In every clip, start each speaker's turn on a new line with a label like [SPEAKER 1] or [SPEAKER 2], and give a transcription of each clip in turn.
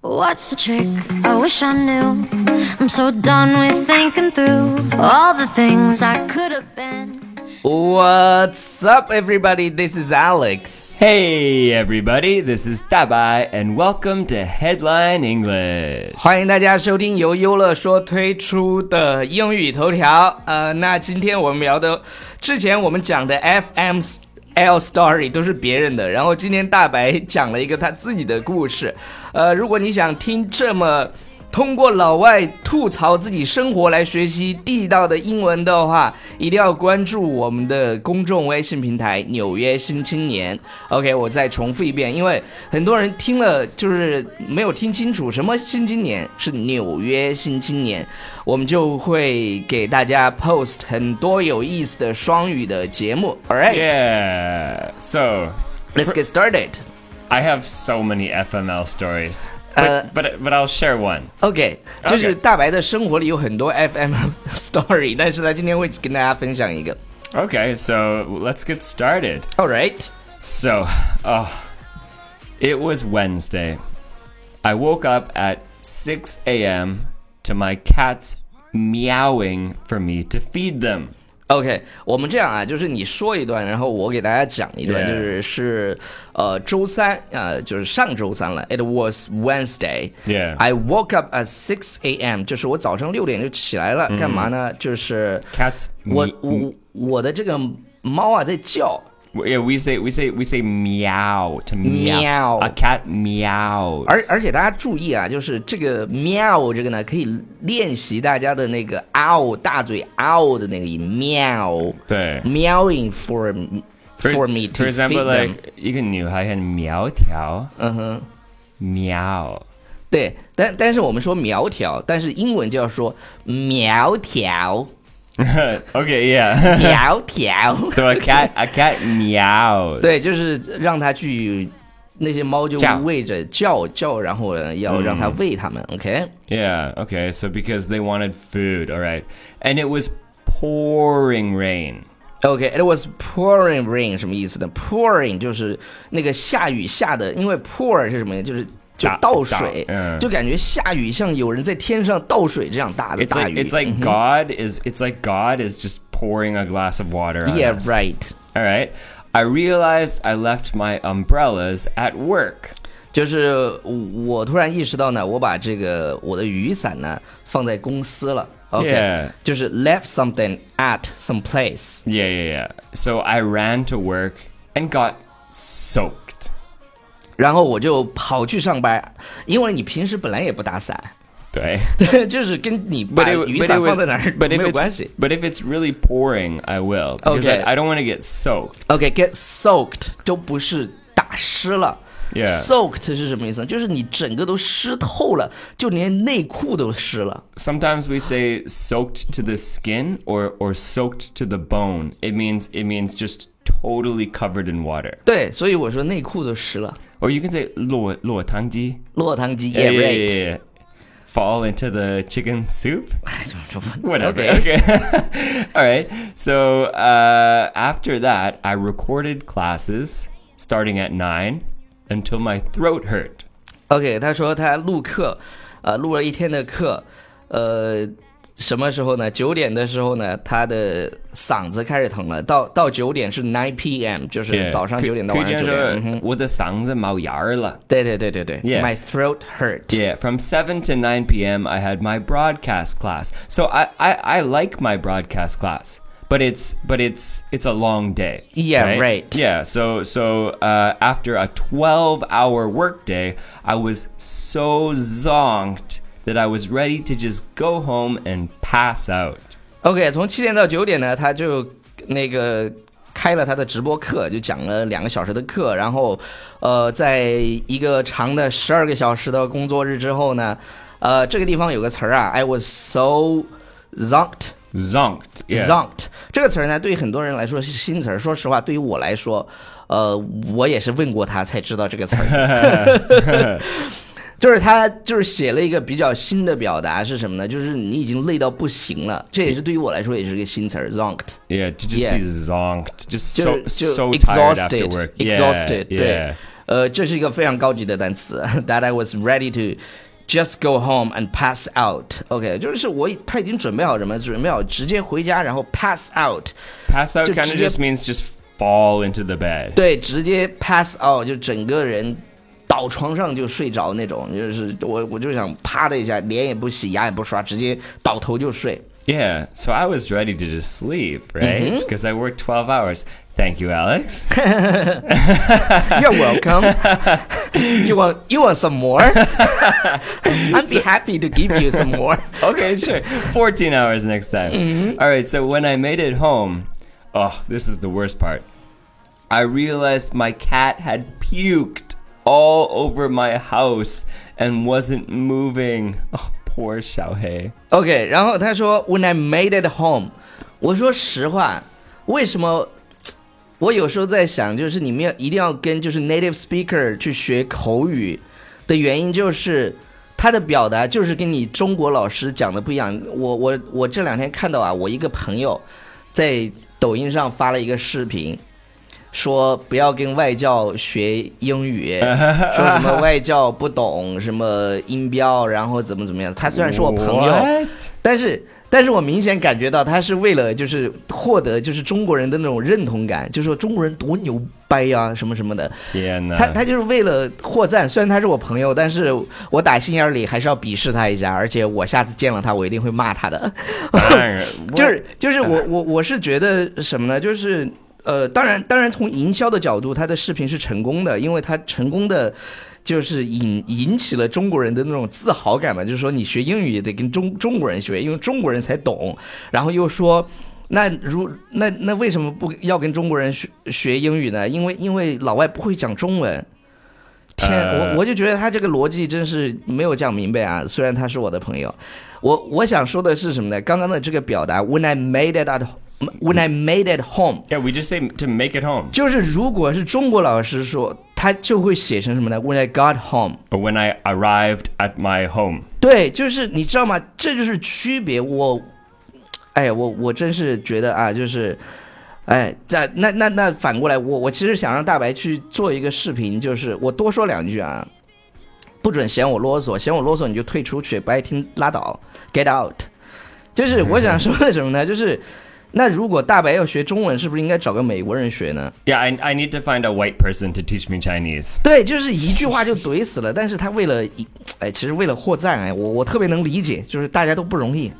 [SPEAKER 1] What's the trick? I wish I knew. I'm so done with thinking through all the things I could have been.
[SPEAKER 2] What's up, everybody? This is Alex.
[SPEAKER 3] Hey everybody, this is Dabai and welcome to Headline English.
[SPEAKER 2] 欢迎大家收听由优乐说推出的英语头条。呃，那今天我们聊的，之前我们讲的 FM L Story 都是别人的，然后今天大白讲了一个他自己的故事。呃，如果你想听这么通过老外吐槽自己生活来学习地道的英文的话，一定要关注我们的公众微信平台《纽约新青年》。OK，我再重复一遍，因为很多人听了就是没有听清楚什么新青年是纽约新青年，我们就会给大家 post 很多有意思的双语的节目。All right，、
[SPEAKER 3] Yeah. So,
[SPEAKER 2] let's get started.
[SPEAKER 3] I have so many FML stories. But
[SPEAKER 2] Uh,
[SPEAKER 3] but, but I'll share one.
[SPEAKER 2] OK，就是
[SPEAKER 3] OK
[SPEAKER 2] 大白的生活里有很多 FM story，但是他今天会跟大家分享一个。
[SPEAKER 3] Okay, so let's get started.
[SPEAKER 2] All right。
[SPEAKER 3] So, oh, it was Wednesday. I woke up at 6 a.m. to my cats meowing for me to feed them.
[SPEAKER 2] OK，我们这样啊，就是你说一段，然后我给大家讲一段
[SPEAKER 3] Yeah.
[SPEAKER 2] 就是是呃周三啊、呃就是上周三了。It was Wednesday.
[SPEAKER 3] Yeah.
[SPEAKER 2] I woke up at six a.m. 就是我早上六点就起来
[SPEAKER 3] 嗯
[SPEAKER 2] 了，干嘛呢？就是
[SPEAKER 3] Cats
[SPEAKER 2] 我
[SPEAKER 3] me-
[SPEAKER 2] 我我的这个猫啊在叫。
[SPEAKER 3] Yeah, we say we say we say meow to meow.
[SPEAKER 2] Meow.
[SPEAKER 3] A cat meows.
[SPEAKER 2] 而而且大家注意啊，就是这个喵这个呢，可以练习大家的那个嗷大嘴嗷的那个音喵，
[SPEAKER 3] 对
[SPEAKER 2] ，meowing for
[SPEAKER 3] For,
[SPEAKER 2] Mm, for me to
[SPEAKER 3] for
[SPEAKER 2] feed them
[SPEAKER 3] example,
[SPEAKER 2] Uh-huh.
[SPEAKER 3] like 一个女孩很苗条，嗯哼、meow
[SPEAKER 2] 对，但但是我们说苗条，但是英文就要说苗条，
[SPEAKER 3] Okay, yeah.
[SPEAKER 2] 苗条。
[SPEAKER 3] So a cat a cat meows.
[SPEAKER 2] 对，就是让它去，那些猫就
[SPEAKER 3] 叫嗯
[SPEAKER 2] 喂着叫叫，然后呢要让它喂它们。OK，
[SPEAKER 3] Yeah. Okay. So because they wanted food, all right, and it was pouring rain.
[SPEAKER 2] OK，it、was pouring rain 什么意思呢？Pouring 就是那个下雨下的，因为 pour 是什么呀？就是就
[SPEAKER 3] 打
[SPEAKER 2] 倒水，
[SPEAKER 3] 打嗯
[SPEAKER 2] 就感觉下雨像有人在天上倒水这样大的
[SPEAKER 3] It's
[SPEAKER 2] 大
[SPEAKER 3] like
[SPEAKER 2] 雨。
[SPEAKER 3] it's like God is it's like God is just pouring a glass of water. On
[SPEAKER 2] yeah
[SPEAKER 3] us.
[SPEAKER 2] right，
[SPEAKER 3] All right. I realized I left my umbrellas at work.
[SPEAKER 2] 就是我突然意识到呢，我把这个我的雨伞呢放在公司了。OK，、
[SPEAKER 3] Yeah.
[SPEAKER 2] 就是 left something at some place。
[SPEAKER 3] Yeah, yeah, yeah. So I ran to work and got soaked.
[SPEAKER 2] 然后我就跑去上班，因为你平时本来也不打伞，
[SPEAKER 3] 对。
[SPEAKER 2] 就是跟你把雨伞放在哪儿
[SPEAKER 3] but
[SPEAKER 2] 没
[SPEAKER 3] if
[SPEAKER 2] 有
[SPEAKER 3] it's-
[SPEAKER 2] 关系。
[SPEAKER 3] but if it's really pouring, I will. Because
[SPEAKER 2] Okay.
[SPEAKER 3] I, I don't want to get soaked.
[SPEAKER 2] OK，get、soaked 都不是打湿了。
[SPEAKER 3] Yeah.
[SPEAKER 2] Soaked 是什么意思呢？就是你整个都湿透了，就连内裤都湿了。
[SPEAKER 3] Sometimes we say soaked to the skin or or soaked to the bone. It means it means just totally covered in water.
[SPEAKER 2] 对，所以我说内裤都湿了。
[SPEAKER 3] Or you can say 落-落汤鸡.
[SPEAKER 2] 落汤鸡，yeah
[SPEAKER 3] Yeah, yeah,
[SPEAKER 2] right，
[SPEAKER 3] yeah, yeah. Fall into the chicken soup.
[SPEAKER 2] 我
[SPEAKER 3] Whatever. Okay. All right. So uh, after that, I recorded classes starting at nine until my throat hurt.
[SPEAKER 2] OK，他说他录课，呃，录了一天的课，呃，什么时候呢？九点的时候呢，他的嗓子开始疼了。到到九点是 nine p.m.，就是早上九点到晚上九点。嗯哼
[SPEAKER 3] 我的嗓子冒芽了。
[SPEAKER 2] 对对对对对
[SPEAKER 3] Yeah
[SPEAKER 2] ，My throat hurt。
[SPEAKER 3] Yeah, from 7 to 9 p.m., I had my broadcast class. So I, I, I like my broadcast class, but it's but it's it's a long day.
[SPEAKER 2] Yeah, right.
[SPEAKER 3] Yeah, so so uh, after a 12-hour workday, I was so zonked that I was ready to just go home and pass out.
[SPEAKER 2] OK，从七点到九点呢，他就那个开了他的直播课，就讲了两个小时的课，然后，呃，在一个长的十二个小时的工作日之后呢，呃，这个地方有个词儿啊，I was so zonked。
[SPEAKER 3] Zonked. Yeah.
[SPEAKER 2] zonked 这个词儿呢，对于很多人来说是新词儿。说实话，对于我来说，呃，我也是问过他才知道这个词 儿。就是他就是写了一个比较新的表达是什么呢？就是你已经累到不行了，这也是对于我来说也是个新词儿，zonked。
[SPEAKER 3] Yeah, to just
[SPEAKER 2] Yeah.
[SPEAKER 3] be zonked. Just
[SPEAKER 2] 就
[SPEAKER 3] so
[SPEAKER 2] 就
[SPEAKER 3] so tired after
[SPEAKER 2] exhausted
[SPEAKER 3] work. Yeah,
[SPEAKER 2] exhausted 对
[SPEAKER 3] yeah.，
[SPEAKER 2] 呃，这是一个非常高级的单词。That I was ready to just go home and pass out. OK，就是我已他已经准备好什么？准备好直接回家，然后 pass out。
[SPEAKER 3] Pass out
[SPEAKER 2] 就
[SPEAKER 3] kind of
[SPEAKER 2] 直接-
[SPEAKER 3] just means just fall into the bed.
[SPEAKER 2] 对，直接 pass out，就整个人倒床上就睡着那种，就是我我就想啪的一下，脸也不洗，牙也不刷，直接倒头就睡。
[SPEAKER 3] Yeah, so I was ready to just sleep, right? Because I worked 12 hours. Thank you, Alex.
[SPEAKER 2] You're welcome. you want you want some more? I'd be happy to give you some more.
[SPEAKER 3] okay, sure. Mm-hmm. 14 hours next time. All right, so when I made it home, oh, this is the worst part. I realized my cat had puked all over my house and wasn't moving. Oh, poor Xiaohei.
[SPEAKER 2] OK，然后他说 When I made it home，我说实话，为什么？我有时候在想，就是你们要一定要跟就是 native speaker 去学口语的原因，就是他的表达就是跟你中国老师讲的不一样。我我我这两天看到啊，我一个朋友在抖音上发了一个视频，说不要跟外教学英语，说什么外教不懂什么音标，然后怎么怎么样。他虽然是我朋友。
[SPEAKER 3] What?
[SPEAKER 2] 但是，但是我明显感觉到他是为了就是获得就是中国人的那种认同感，就说中国人多牛掰呀、什么什么的。
[SPEAKER 3] Yeah,
[SPEAKER 2] 他他就是为了获赞，虽然他是我朋友，但是我打心眼里还是要鄙视他一下，而且我下次见了他，我一定会骂他的。就是就是我我我是觉得什么呢？就是呃，当然当然从营销的角度，他的视频是成功的，因为他成功的。就是引引起了中国人的那种自豪感嘛，就是说你学英语也得跟中中国人学，因为中国人才懂。然后又说，那如那那为什么不要跟中国人学学英语呢？因为因为老外不会讲中文。天，
[SPEAKER 3] 呃
[SPEAKER 2] 我我就觉得他这个逻辑真是没有讲明白啊！虽然他是我的朋友，我我想说的是什么呢？刚刚的这个表达，when I made it at when I made it home，
[SPEAKER 3] yeah, we just say to make it home.
[SPEAKER 2] 就是如果是中国老师说，他就会写成什么呢？When I got home。
[SPEAKER 3] Or when I arrived at my home.
[SPEAKER 2] 对，就是你知道吗？这就是区别。我，哎呀，我我真是觉得啊，就是，哎，在那那那反过来，我我其实想让大白去做一个视频，就是我多说两句啊，不准嫌我啰嗦，嫌我啰嗦你就退出去，不爱听拉倒，get out。就是我想说的什么呢？就是那如果大白要学中文，是不是应该找个美国人学呢？
[SPEAKER 3] Yeah, I, I need to find a white person to teach me Chinese.
[SPEAKER 2] 对，就是一句话就怼死了。但是他为了一，哎，其实为了获赞，哎，我我特别能理解，就是大家都不容易。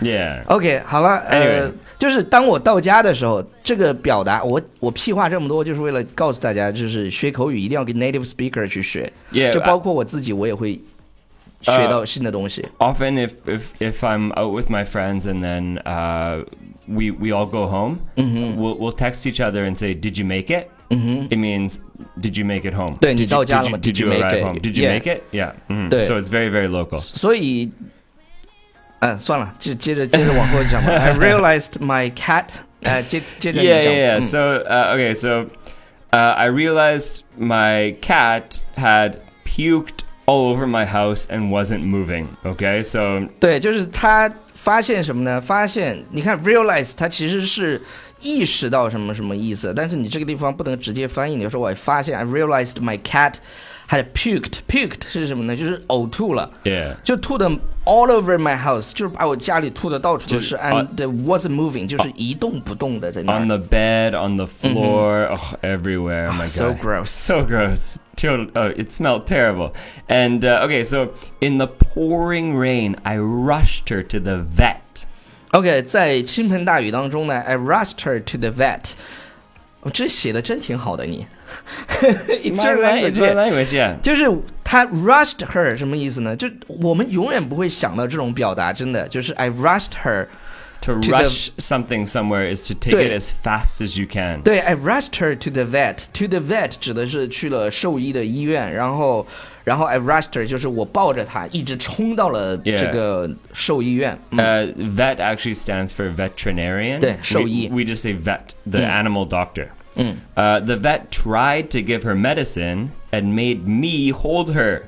[SPEAKER 3] Yeah.
[SPEAKER 2] OK，好了，呃
[SPEAKER 3] Anyway
[SPEAKER 2] 就是当我到家的时候，这个表达我我屁话这么多，就是为了告诉大家，就是学口语一定要跟 native speaker 去学
[SPEAKER 3] Yeah,
[SPEAKER 2] 就
[SPEAKER 3] I-
[SPEAKER 2] 包括我自己，我也会学到新的东西。
[SPEAKER 3] often if if if I'm out with my friends and then uh, we we all go home, we'll we'll text each other and say, "Did you make it?" Mm-hmm. It means, "Did you make it home?"
[SPEAKER 2] 对，
[SPEAKER 3] did, you, did,
[SPEAKER 2] 你到家了吗？
[SPEAKER 3] you,
[SPEAKER 2] Did
[SPEAKER 3] did
[SPEAKER 2] you
[SPEAKER 3] you
[SPEAKER 2] make
[SPEAKER 3] arrive
[SPEAKER 2] it?
[SPEAKER 3] home? Did you
[SPEAKER 2] Yeah.
[SPEAKER 3] make it? Yeah. mhm.
[SPEAKER 2] 对。
[SPEAKER 3] So it's very very local.
[SPEAKER 2] 所以，嗯、算了，就接着接着往后讲 吧。I realized my cat，呃，接接着
[SPEAKER 3] Yeah,
[SPEAKER 2] 你讲
[SPEAKER 3] yeah, yeah.
[SPEAKER 2] 嗯
[SPEAKER 3] So uh, okay, so uh, I realized my cat had puked all over my house and wasn't moving. Okay, so
[SPEAKER 2] 对，就是他发现什么呢？发现你看 realize，它其实是意识到什么什么意思，但是你这个地方不能直接翻译，你就说我发现 I realized my cat had puked。puked 是什么呢？就是呕吐了。
[SPEAKER 3] yeah.
[SPEAKER 2] 就吐的 all over my house，就是把我家里吐的到处都
[SPEAKER 3] 就是
[SPEAKER 2] 是
[SPEAKER 3] 啊
[SPEAKER 2] ，and wasn't moving，就是一动不动的在那
[SPEAKER 3] on
[SPEAKER 2] 儿。
[SPEAKER 3] the bed, on the floor, oh, everywhere. Oh
[SPEAKER 2] Mm-hmm. Ah,
[SPEAKER 3] my god,
[SPEAKER 2] so gross.
[SPEAKER 3] so gross. Total, oh, it smelled terrible. And uh, okay, so in the pouring rain, I rushed her to the vet.
[SPEAKER 2] OK，在倾盆大雨当中呢，I rushed her to the vet。我这写的真挺好的，你。It's your
[SPEAKER 3] it's my
[SPEAKER 2] language.
[SPEAKER 3] language, yeah.
[SPEAKER 2] 就是他 rushed her 什么意思呢？就我们永远不会想到这种表达，真的就是 I rushed her，
[SPEAKER 3] To,
[SPEAKER 2] the-
[SPEAKER 3] rush something somewhere is to take it
[SPEAKER 2] 对。
[SPEAKER 3] as fast as you can.
[SPEAKER 2] 对，I rushed her to the vet，to the vet 指的是去了兽医的医院，然后然后 I rushed her 就是我抱着她一直冲到了
[SPEAKER 3] Yeah
[SPEAKER 2] 这个兽医院。嗯
[SPEAKER 3] Uh, vet actually stands for veterinarian.
[SPEAKER 2] 对，兽医。
[SPEAKER 3] we, we just say vet, the animal doctor. Uh, the vet tried to give her medicine and made me hold her.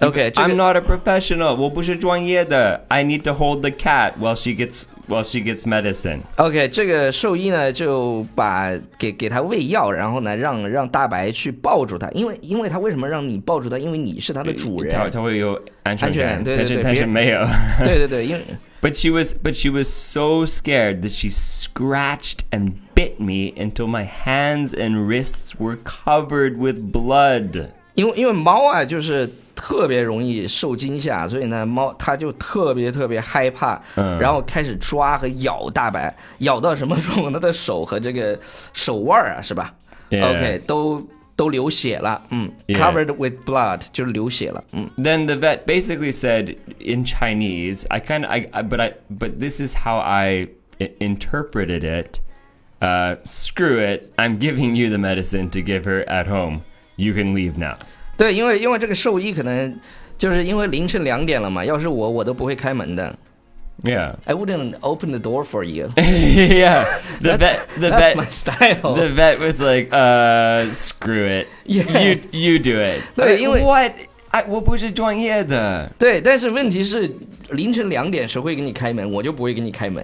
[SPEAKER 2] OK，这
[SPEAKER 3] I'm
[SPEAKER 2] 个
[SPEAKER 3] not a professional. 我不是专业的. I need to hold the cat while she gets while she gets medicine.
[SPEAKER 2] OK，这个兽医呢就把给给他喂药，然后呢让让大白去抱住他，因为因为他为什么让你抱住他？因为你是他的主人。
[SPEAKER 3] 她-她会有安全感。
[SPEAKER 2] 安全感，对，对，对，
[SPEAKER 3] 但是-但是没有。
[SPEAKER 2] 对对对，因为
[SPEAKER 3] But she was but she was so scared that she scratched and bit me until my hands and wrists were covered with blood.
[SPEAKER 2] 因为因为猫啊就是特别容易受惊吓，所以呢猫它就特别特别害怕，
[SPEAKER 3] 嗯
[SPEAKER 2] 然后开始抓和咬大白，咬到什么时候呢？它的手和这个手腕儿啊，是吧
[SPEAKER 3] Yeah.
[SPEAKER 2] OK 都。都流血了，嗯
[SPEAKER 3] Yeah.
[SPEAKER 2] covered with blood 就是流血了，嗯，
[SPEAKER 3] Then the vet basically said in Chinese, I kind of I, I but I but this is how I i- interpreted it. Uh, screw it. I'm giving you the medicine to give her at home. You can leave now.
[SPEAKER 2] 对，因为因为这个兽医可能就是因为凌晨两点了嘛，要是我我都不会开门的
[SPEAKER 3] Yeah.
[SPEAKER 2] ，I wouldn't open the door for you 。
[SPEAKER 3] yeah. The vet the
[SPEAKER 2] That's
[SPEAKER 3] vet
[SPEAKER 2] my style。
[SPEAKER 3] The vet was like, uh, screw it.
[SPEAKER 2] Yeah.
[SPEAKER 3] You you do it.
[SPEAKER 2] 对，因为-
[SPEAKER 3] what? I, 我不是专业的。
[SPEAKER 2] 对，但是问题是凌晨两点谁会给你开门？我就不会给你开门。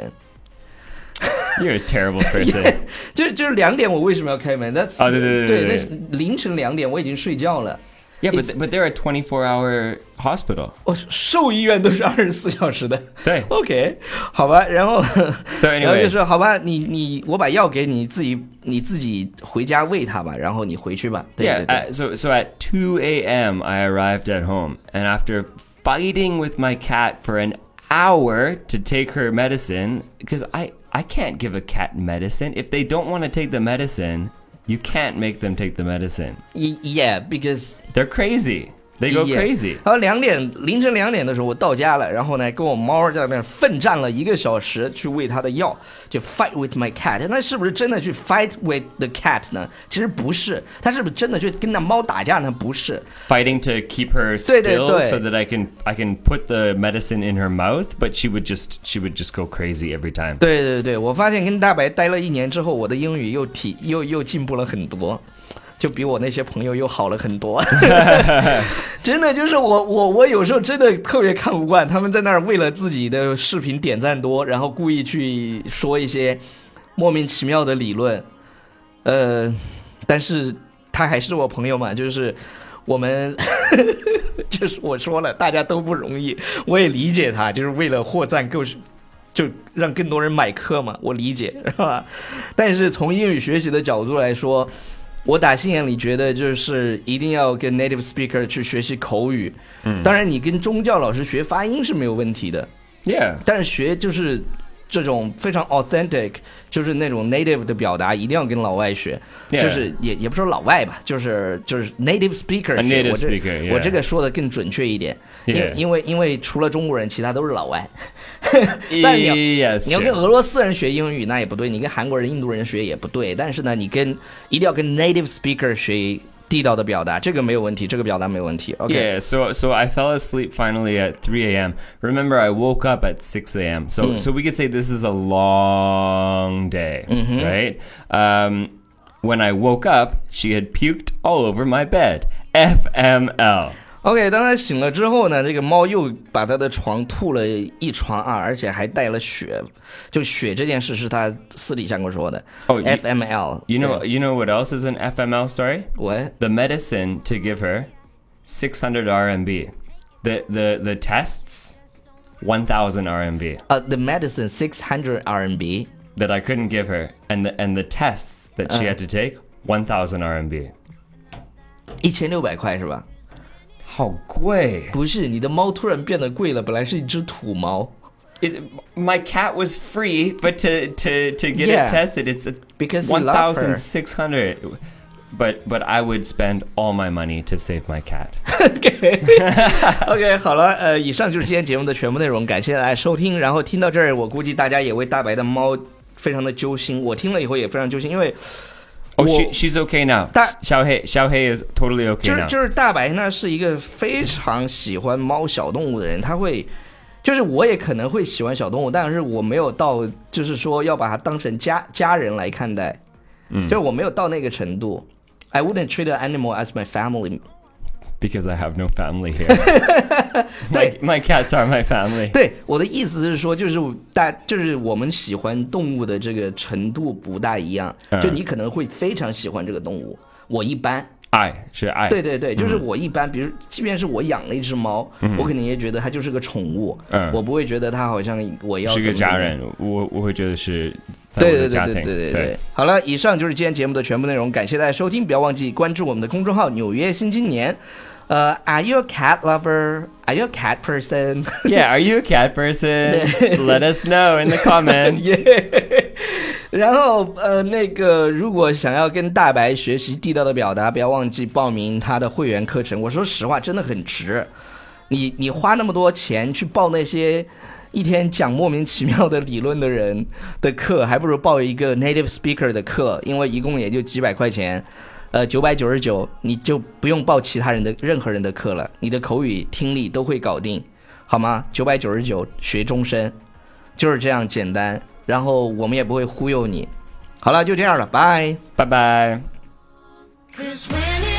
[SPEAKER 3] You're a terrible person.
[SPEAKER 2] 就就是两点，我为什么要开门？That's
[SPEAKER 3] 啊对对对对
[SPEAKER 2] 对
[SPEAKER 3] 对
[SPEAKER 2] 那是凌晨两点我已经睡觉了。
[SPEAKER 3] Yeah, but
[SPEAKER 2] It's-
[SPEAKER 3] th- but they're a 24 hour hospital.
[SPEAKER 2] 我哦兽医院都是二十四 小时的。
[SPEAKER 3] 对
[SPEAKER 2] OK，好吧，然后
[SPEAKER 3] So
[SPEAKER 2] 然后就
[SPEAKER 3] anyway,
[SPEAKER 2] 说好吧，你你我把药给你，你自己你自己回家喂它吧，然后你回去吧。对对
[SPEAKER 3] yeah.
[SPEAKER 2] 对
[SPEAKER 3] uh, so so at 2 a.m. I arrived at home, and after fighting with my cat for an hour to take her medicine, because I I can't give a cat medicine if they don't want to take the medicine. You can't make them take the medicine.
[SPEAKER 2] Y-，Yeah，because
[SPEAKER 3] They're crazy. They go
[SPEAKER 2] Yeah.
[SPEAKER 3] crazy.
[SPEAKER 2] 然后两点凌晨两点的时候，我到家了，然后呢，跟我猫在那边奋战了一个小时，去喂它的药，就 fight with my cat。那是不是真的去 fight with the cat 呢？其实不是，它是不是真的去跟那猫打架呢？不是，
[SPEAKER 3] fighting to keep her
[SPEAKER 2] 对，对，
[SPEAKER 3] still
[SPEAKER 2] 对。
[SPEAKER 3] so that I can I can put the medicine in her mouth, but she would just she would just go crazy every time.
[SPEAKER 2] 对对对，我发现跟大白待了一年之后，我的英语又提又又进步了很多。就比我那些朋友又好了很多， 真的就是我我我有时候真的特别看不惯他们在那儿为了自己的视频点赞多，然后故意去说一些莫名其妙的理论，呃，但是他还是我朋友嘛，就是我们 就是我说了，大家都不容易，我也理解他，就是为了获赞更是就让更多人买课嘛，我理解，是吧？ 但是从英语学习的角度来说，我打心眼里觉得就是一定要跟 native speaker 去学习口语。嗯，当然你跟宗教老师学发音是没有问题的，
[SPEAKER 3] Yeah.
[SPEAKER 2] 但是学就是这种非常 authentic，就是那种 native 的表达，一定要跟老外学
[SPEAKER 3] Yeah.
[SPEAKER 2] 就是也也不说老外吧，就是就是 native speaker
[SPEAKER 3] A
[SPEAKER 2] 学
[SPEAKER 3] 啊 native
[SPEAKER 2] 我这
[SPEAKER 3] speaker，
[SPEAKER 2] 我
[SPEAKER 3] yeah.
[SPEAKER 2] 这个说的更准确一点
[SPEAKER 3] Yeah.
[SPEAKER 2] 因因为因为除了中国人，其他都是老外。 但你要-
[SPEAKER 3] Yeah,
[SPEAKER 2] 你要跟
[SPEAKER 3] sure.
[SPEAKER 2] 俄罗斯人学英语那也不对，你跟韩国人、印度人学也不对，但是呢，你跟一定要跟 native speaker 学地道的表达，这个没有问题，这个表达没有问题。OK，
[SPEAKER 3] Yeah, so so I fell asleep finally at 3 a.m. Remember, I woke up at 6 a.m. So so we could say this is a long day, right? Um, when I woke up, she had puked all over my bed. FML.
[SPEAKER 2] OK，当他醒了之后呢，这个猫又把他的床吐了一床啊，而且还带了血，就血这件事是他私底下跟我说的。
[SPEAKER 3] Oh, you-
[SPEAKER 2] FML，
[SPEAKER 3] You know you know what else is an FML story?
[SPEAKER 2] 我
[SPEAKER 3] the medicine to give her 600 RMB. The the the tests 1000 RMB
[SPEAKER 2] 呃、t h e medicine six hundred RMB。
[SPEAKER 3] that I couldn't give her and the and the tests that she had to take 1000 RMB.
[SPEAKER 2] 一千六百块是吧？
[SPEAKER 3] How gui.
[SPEAKER 2] 不是，你的猫突然变得贵了，本来是一只土猫
[SPEAKER 3] It, my cat was free, but to to to get
[SPEAKER 2] Yeah.
[SPEAKER 3] it tested it's a
[SPEAKER 2] ，because you love her。
[SPEAKER 3] 1600 but but I would spend all my money to save my cat.
[SPEAKER 2] OK，好了，呃，以上就是今天节目的全部内容，感谢大家收听。然后听到这儿，我估计大家也为大白的猫非常的揪心，我听了以后也非常揪心，因为
[SPEAKER 3] Oh,
[SPEAKER 2] Well,
[SPEAKER 3] she, she's okay now.
[SPEAKER 2] that-
[SPEAKER 3] Xiaohei Xiaohei is totally okay
[SPEAKER 2] 就是
[SPEAKER 3] now.
[SPEAKER 2] 就是大白呢是一个非常喜欢猫小动物的人，他会。就是我也可能会喜欢小动物，但是我没有到，就是说要把它当成家家人来看待，嗯，就是我没有到那个程度。I wouldn't treat an animal as my family
[SPEAKER 3] because I have no family here. my, my cats are my family.
[SPEAKER 2] 对，我的意思是说，就是大，就是我们喜欢动物的这个程度不大一样。就
[SPEAKER 3] 嗯
[SPEAKER 2] 你可能会非常喜欢这个动物，我一般。
[SPEAKER 3] 爱是爱，
[SPEAKER 2] 对对对，
[SPEAKER 3] 嗯
[SPEAKER 2] 就是我一般，比如即便是我养了一只猫，我肯定也觉得它就是个宠物，
[SPEAKER 3] 嗯
[SPEAKER 2] 我不会觉得它好像我要
[SPEAKER 3] 是
[SPEAKER 2] 怎
[SPEAKER 3] 个
[SPEAKER 2] 么怎么
[SPEAKER 3] 家
[SPEAKER 2] 样。
[SPEAKER 3] 人，我我会觉得是在
[SPEAKER 2] 对
[SPEAKER 3] 我
[SPEAKER 2] 对
[SPEAKER 3] 的
[SPEAKER 2] 对
[SPEAKER 3] 家
[SPEAKER 2] 对
[SPEAKER 3] 庭。
[SPEAKER 2] 对对对。好了，以上就是今天节目的全部内容，感谢大家收听，不要忘记关注我们的公众号《纽约新青年》。呃，Are you a cat lover? Are you a cat person?
[SPEAKER 3] Yeah, are you a cat person? Let us know in the comments.
[SPEAKER 2] 然后呃，那个如果想要跟大白学习地道的表达，不要忘记报名他的会员课程。我说实话，真的很值。你你花那么多钱去报那些一天讲莫名其妙的理论的人的课，还不如报一个 native speaker 的课，因为一共也就几百块钱，呃，九百九十九，你就不用报其他人的任何人的课了，你的口语、听力都会搞定，好吗？九百九十九学终身，就是这样简单。然后我们也不会忽悠你。好了，就这样了，拜。
[SPEAKER 3] Bye bye.
[SPEAKER 1] Cause when it